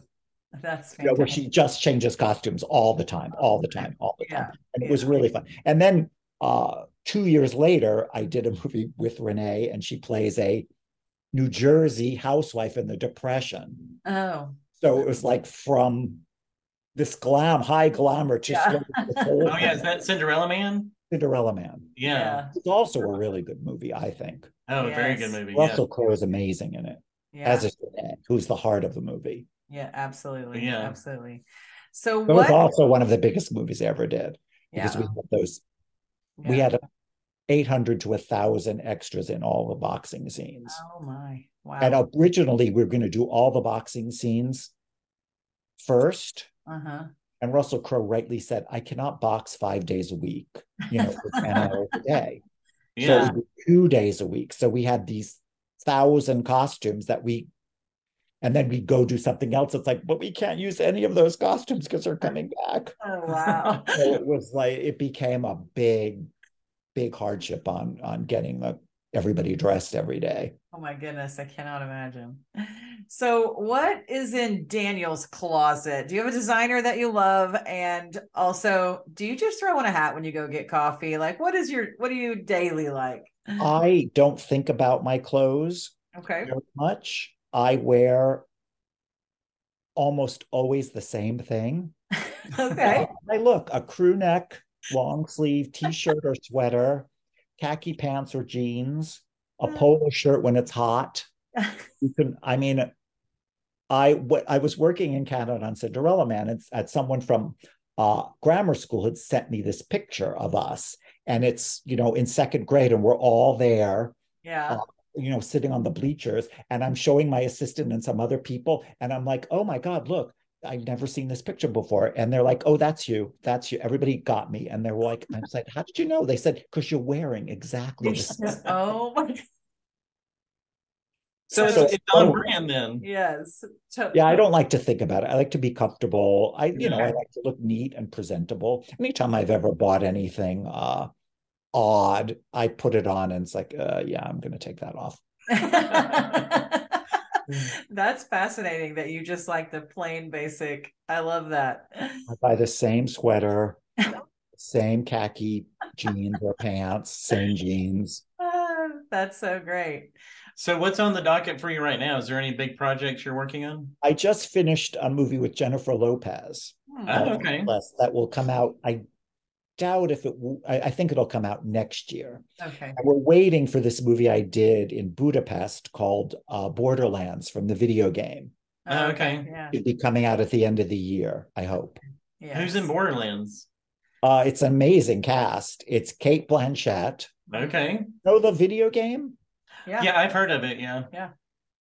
[SPEAKER 1] That's
[SPEAKER 3] you know, where
[SPEAKER 1] fantastic.
[SPEAKER 3] she just changes costumes all the time, all the time, all the
[SPEAKER 1] Yeah.
[SPEAKER 3] time. And it was really fun. And then uh, two years later, I did a movie with Renee, and she plays a New Jersey housewife in the Depression.
[SPEAKER 1] Oh.
[SPEAKER 3] So it was like from this glam, high glamour to
[SPEAKER 1] Yeah.
[SPEAKER 3] sort of this whole
[SPEAKER 2] Oh yeah. Is that Cinderella Man?
[SPEAKER 3] Cinderella Man.
[SPEAKER 2] Yeah.
[SPEAKER 3] It's also a really good movie, I think.
[SPEAKER 2] Oh, very
[SPEAKER 1] Yes.
[SPEAKER 2] good movie.
[SPEAKER 3] Russell Crowe is amazing in it,
[SPEAKER 1] Yeah.
[SPEAKER 3] as is Renee, who's the heart of the movie.
[SPEAKER 1] Yeah, absolutely.
[SPEAKER 2] Yeah.
[SPEAKER 1] Absolutely. So
[SPEAKER 3] But
[SPEAKER 1] what?
[SPEAKER 3] it's also one of the biggest movies I ever did because we had those we
[SPEAKER 1] yeah.
[SPEAKER 3] had 800 to 1000 extras in all the boxing scenes
[SPEAKER 1] Oh my! Wow.
[SPEAKER 3] and originally we were going to do all the boxing scenes first
[SPEAKER 1] Uh huh.
[SPEAKER 3] and russell crowe rightly said i cannot box five days a week you know for 10 hours a day so
[SPEAKER 2] Yeah.
[SPEAKER 3] it would be two days a week so we had these thousand costumes that we and then we go do something else it's like but we can't use any of those costumes because they're coming back
[SPEAKER 1] Oh
[SPEAKER 3] so it was like it became a big big hardship on on getting the, everybody dressed every day
[SPEAKER 1] Oh my goodness, I cannot imagine. So, what is in Daniel's closet? Do you have a designer that you love? And also, do you just throw in a hat when you go get coffee? Like, what is your, what are you daily like?
[SPEAKER 3] i don't think about my clothes
[SPEAKER 1] Okay.
[SPEAKER 3] very much i wear almost always the same thing
[SPEAKER 1] Okay.
[SPEAKER 3] i look a crew neck long sleeve t-shirt or sweater khaki pants or jeans a
[SPEAKER 1] Mm.
[SPEAKER 3] polo shirt when it's hot you can i mean i what i was working in canada on cinderella man and, and someone from uh, grammar school had sent me this picture of us and it's you know in second grade and we're all there
[SPEAKER 1] Yeah.
[SPEAKER 3] you know sitting on the bleachers and i'm showing my assistant and some other people and i'm like oh my god look i've never seen this picture before and they're like oh that's you that's you everybody got me and they were like i was like how did you know they said because you're wearing exactly the same
[SPEAKER 1] Oh my,
[SPEAKER 2] So it's,
[SPEAKER 3] So- oh.
[SPEAKER 2] it's on brand then.
[SPEAKER 1] yes. To-
[SPEAKER 3] Yeah, I don't like to think about it. I like to be comfortable. I, you know, I
[SPEAKER 2] Yeah.
[SPEAKER 3] like to look neat and presentable. Anytime I've ever bought anything uh odd, I put it on and it's like, uh, yeah, I'm gonna take that off.
[SPEAKER 1] That's fascinating that you just like the plain basic. I love that.
[SPEAKER 3] I buy the same sweater, same khaki jeans or pants, same jeans.
[SPEAKER 1] Ah, That's so great.
[SPEAKER 2] So what's on the docket for you right now? Is there any big projects you're working on?
[SPEAKER 3] I just finished a movie with Jennifer Lopez.
[SPEAKER 1] Hmm.
[SPEAKER 2] Oh,
[SPEAKER 3] uh,
[SPEAKER 2] okay.
[SPEAKER 3] plus that will come out. I doubt if it. w- I, I think it'll come out next year.
[SPEAKER 1] Okay.
[SPEAKER 3] And we're waiting for this movie I did in Budapest called uh, Borderlands from the video game.
[SPEAKER 2] Oh, okay.
[SPEAKER 1] Yeah.
[SPEAKER 3] It'll be coming out at the end of the year, I hope.
[SPEAKER 2] Who's in
[SPEAKER 1] Yes.
[SPEAKER 2] Borderlands?
[SPEAKER 3] Uh, it's an amazing cast. It's Kate Blanchett.
[SPEAKER 2] Okay.
[SPEAKER 3] Know the video game?
[SPEAKER 1] Hmm. Yeah.
[SPEAKER 2] Yeah. I've heard of it. Yeah.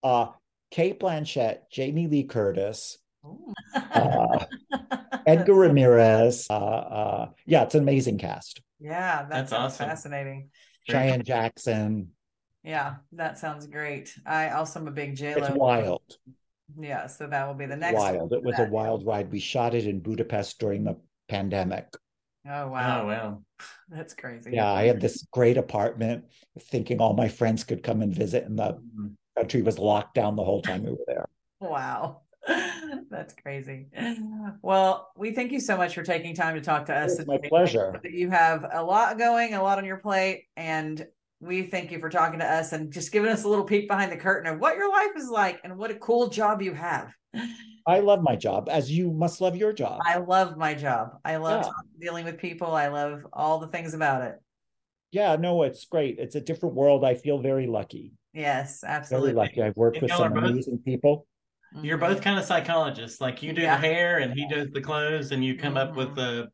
[SPEAKER 3] Uh, Kate Blanchett, Jamie Lee Curtis,
[SPEAKER 1] Ooh.
[SPEAKER 3] uh, Edgar Ramirez. Uh, uh, yeah, it's an amazing cast.
[SPEAKER 1] yeah, that
[SPEAKER 2] That's
[SPEAKER 1] sounds
[SPEAKER 2] awesome.
[SPEAKER 1] fascinating.
[SPEAKER 3] Cheyenne Jackson.
[SPEAKER 1] Yeah, that sounds great. I also am a big J
[SPEAKER 3] It's
[SPEAKER 1] Lo.
[SPEAKER 3] wild.
[SPEAKER 1] Yeah, so that will be the next.
[SPEAKER 3] wild. It was a
[SPEAKER 1] that.
[SPEAKER 3] wild ride. We shot it in Budapest during the pandemic.
[SPEAKER 1] Oh
[SPEAKER 2] Oh,
[SPEAKER 1] wow,
[SPEAKER 2] wow.
[SPEAKER 1] that's crazy.
[SPEAKER 3] Yeah, I had this great apartment thinking all my friends could come and visit, and the
[SPEAKER 1] Mm-hmm.
[SPEAKER 3] country was locked down the whole time we were there.
[SPEAKER 1] Wow. That's crazy. Well, we thank you so much for taking time to talk to us.
[SPEAKER 3] It's my
[SPEAKER 1] today.
[SPEAKER 3] pleasure.
[SPEAKER 1] You have a lot going, a lot on your plate, and we thank you for talking to us and just giving us a little peek behind the curtain of what your life is like and what a cool job you have.
[SPEAKER 3] I love my job, as you must love your job.
[SPEAKER 1] I love my job. I love
[SPEAKER 3] Yeah.
[SPEAKER 1] dealing with people. I love all the things about it.
[SPEAKER 3] Yeah, no, it's great. It's a different world. I feel very lucky.
[SPEAKER 1] Yes,
[SPEAKER 3] Very
[SPEAKER 1] absolutely.
[SPEAKER 3] lucky. I've worked
[SPEAKER 2] And
[SPEAKER 3] with
[SPEAKER 2] y'all are
[SPEAKER 3] some
[SPEAKER 2] both-
[SPEAKER 3] amazing people.
[SPEAKER 1] Mhm.
[SPEAKER 2] You're both kind of psychologists. Like you do
[SPEAKER 1] Yeah. Mm-hmm.
[SPEAKER 2] the hair and he does the clothes and you come up with a,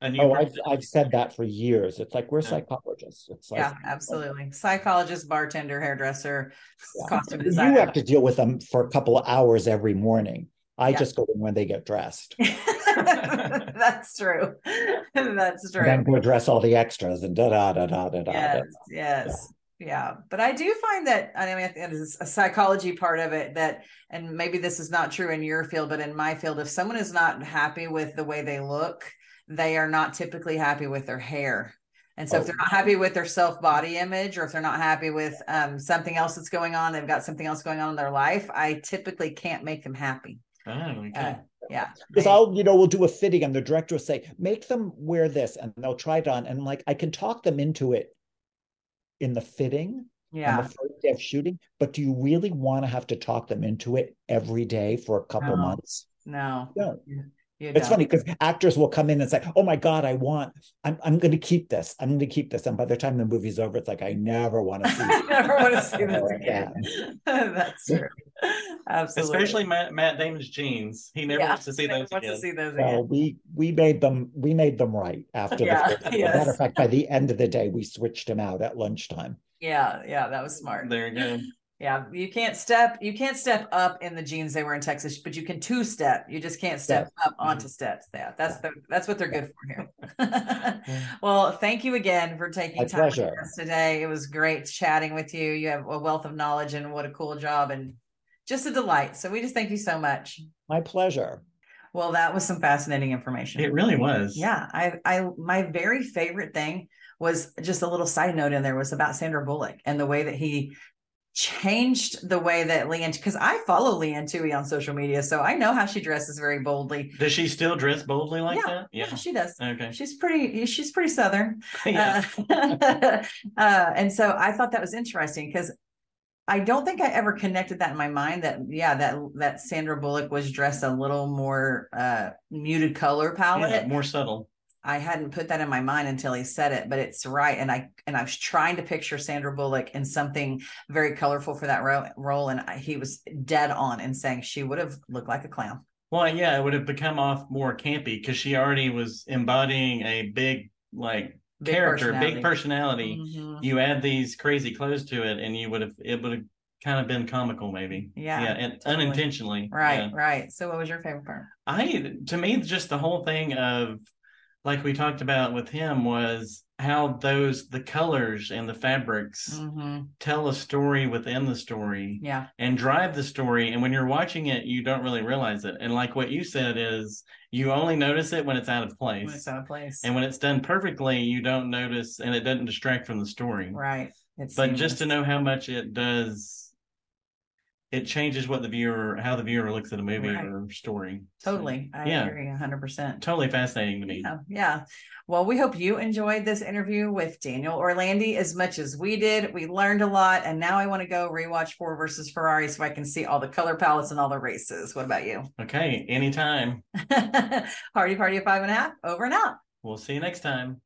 [SPEAKER 2] a new
[SPEAKER 3] Oh, I've,
[SPEAKER 2] person.
[SPEAKER 3] I've said that for years. It's like we're
[SPEAKER 2] Yeah.
[SPEAKER 3] psychologists. It's like
[SPEAKER 1] Yeah, absolutely. Psychologist, bartender, hairdresser,
[SPEAKER 3] Yeah.
[SPEAKER 1] costume
[SPEAKER 3] you
[SPEAKER 1] designer.
[SPEAKER 3] have to deal with them for a couple of hours every morning. I
[SPEAKER 1] Yeah.
[SPEAKER 3] just go in when they get dressed.
[SPEAKER 1] That's true. That's true.
[SPEAKER 3] And then go dress all the extras and da da da da da da.
[SPEAKER 1] yes, yes. Yeah. But I do find that, I mean, it is a psychology part of it that, and maybe this is not true in your field, but in my field, if someone is not happy with the way they look, they are not typically happy with their hair. And so, if
[SPEAKER 3] Oh.
[SPEAKER 1] they're not happy with their self body image, or if they're not happy with um, something else that's going on, they've got something else going on in their life, I typically can't make them happy.
[SPEAKER 2] Oh, okay.
[SPEAKER 1] Uh, yeah.
[SPEAKER 3] Because I'll, you know, we'll do a fitting and the director will say, make them wear this and they'll try it on. And I'm like, I can talk them into it in the fitting
[SPEAKER 1] yeah.
[SPEAKER 3] on the first day of shooting, but do you really want to have to talk them into it every day for a couple
[SPEAKER 1] No.
[SPEAKER 3] months?
[SPEAKER 1] No.
[SPEAKER 3] No.
[SPEAKER 1] You
[SPEAKER 3] It's
[SPEAKER 1] don't.
[SPEAKER 3] funny because actors will come in and say, "Oh my God, I want. I'm I'm going to keep this. I'm going to keep this." And by the time the movie's over, it's like I never want to see.
[SPEAKER 1] I
[SPEAKER 3] it."
[SPEAKER 1] never want to see this
[SPEAKER 3] Never
[SPEAKER 1] again. That's true. Absolutely.
[SPEAKER 2] Especially Matt, Matt Damon's jeans. He never
[SPEAKER 1] Yeah.
[SPEAKER 2] wants to see
[SPEAKER 1] Never
[SPEAKER 2] those
[SPEAKER 1] wants to
[SPEAKER 2] again.
[SPEAKER 1] see those
[SPEAKER 3] So
[SPEAKER 1] again.
[SPEAKER 3] we we made them we made them right after
[SPEAKER 1] Yeah,
[SPEAKER 3] the. first- As a
[SPEAKER 1] yes.
[SPEAKER 3] matter of fact, by the end of the day, we switched them out at lunchtime.
[SPEAKER 1] Yeah, yeah, that was smart.
[SPEAKER 2] There you go.
[SPEAKER 1] Yeah, you can't step you can't step up in the jeans they were in Texas, but you can two step. You just can't step up
[SPEAKER 3] Mm-hmm.
[SPEAKER 1] onto steps. Yeah, that's the that's what they're good for here. well, thank you again for taking
[SPEAKER 3] My
[SPEAKER 1] time with
[SPEAKER 3] pleasure.
[SPEAKER 1] us today. It was great chatting with you. You have a wealth of knowledge and what a cool job and just a delight. So we just thank you so much.
[SPEAKER 3] My pleasure.
[SPEAKER 1] Well, that was some fascinating information.
[SPEAKER 2] It really was.
[SPEAKER 1] Yeah, I I my very favorite thing was just a little side note in there was about Sandra Bullock and the way that he changed the way that Leanne because I follow Leanne Tui on social media, so I know how she dresses very boldly.
[SPEAKER 2] Does she still dress boldly like that?
[SPEAKER 1] yeah she does.
[SPEAKER 2] Okay.
[SPEAKER 1] She's pretty. She's pretty southern.
[SPEAKER 2] Yeah.
[SPEAKER 1] Uh, uh, and so I thought that was interesting because I don't think I ever connected that in my mind that yeah that that Sandra Bullock was dressed a little more uh muted color palette.
[SPEAKER 2] Yeah, more subtle.
[SPEAKER 1] I hadn't put that in my mind until he said it, but it's right. And I and I was trying to picture Sandra Bullock in something very colorful for that ro- role, and I, he was dead on in saying she would have looked like a clown.
[SPEAKER 2] Well, yeah, it would have become off more campy because she already was embodying a big like
[SPEAKER 1] Big
[SPEAKER 2] character,
[SPEAKER 1] personality.
[SPEAKER 2] big personality.
[SPEAKER 1] Mhm.
[SPEAKER 2] You add these crazy clothes to it, and you would have it would have kind of been comical, maybe.
[SPEAKER 1] Yeah,
[SPEAKER 2] yeah, and
[SPEAKER 1] totally.
[SPEAKER 2] unintentionally.
[SPEAKER 1] Right,
[SPEAKER 2] Yeah.
[SPEAKER 1] right. So, what was your favorite part?
[SPEAKER 2] I to me just the whole thing of like we talked about with him was how those the colors and the fabrics
[SPEAKER 1] Mhm.
[SPEAKER 2] tell a story within the story
[SPEAKER 1] Yeah,
[SPEAKER 2] and drive the story and when you're watching it you don't really realize it and like what you said is you only notice it when it's out of
[SPEAKER 1] when
[SPEAKER 2] place
[SPEAKER 1] it's out of place.
[SPEAKER 2] and when it's done perfectly you don't notice and it doesn't distract from the story
[SPEAKER 1] right. It's
[SPEAKER 2] but just to know how much it does it changes what the viewer how the viewer looks at a movie
[SPEAKER 1] Right.
[SPEAKER 2] or story So-
[SPEAKER 1] totally, I
[SPEAKER 2] yeah.
[SPEAKER 1] agree, hundred percent.
[SPEAKER 2] totally fascinating to me.
[SPEAKER 1] Yeah, yeah. Well, we hope you enjoyed this interview with Daniel Orlandi as much as we did. We learned a lot, and now I want to go rewatch Ford versus Ferrari so I can see all the color palettes and all the races. What about you?
[SPEAKER 2] Okay, anytime.
[SPEAKER 1] Party, party of five and a half, over and out.
[SPEAKER 2] We'll see you next time.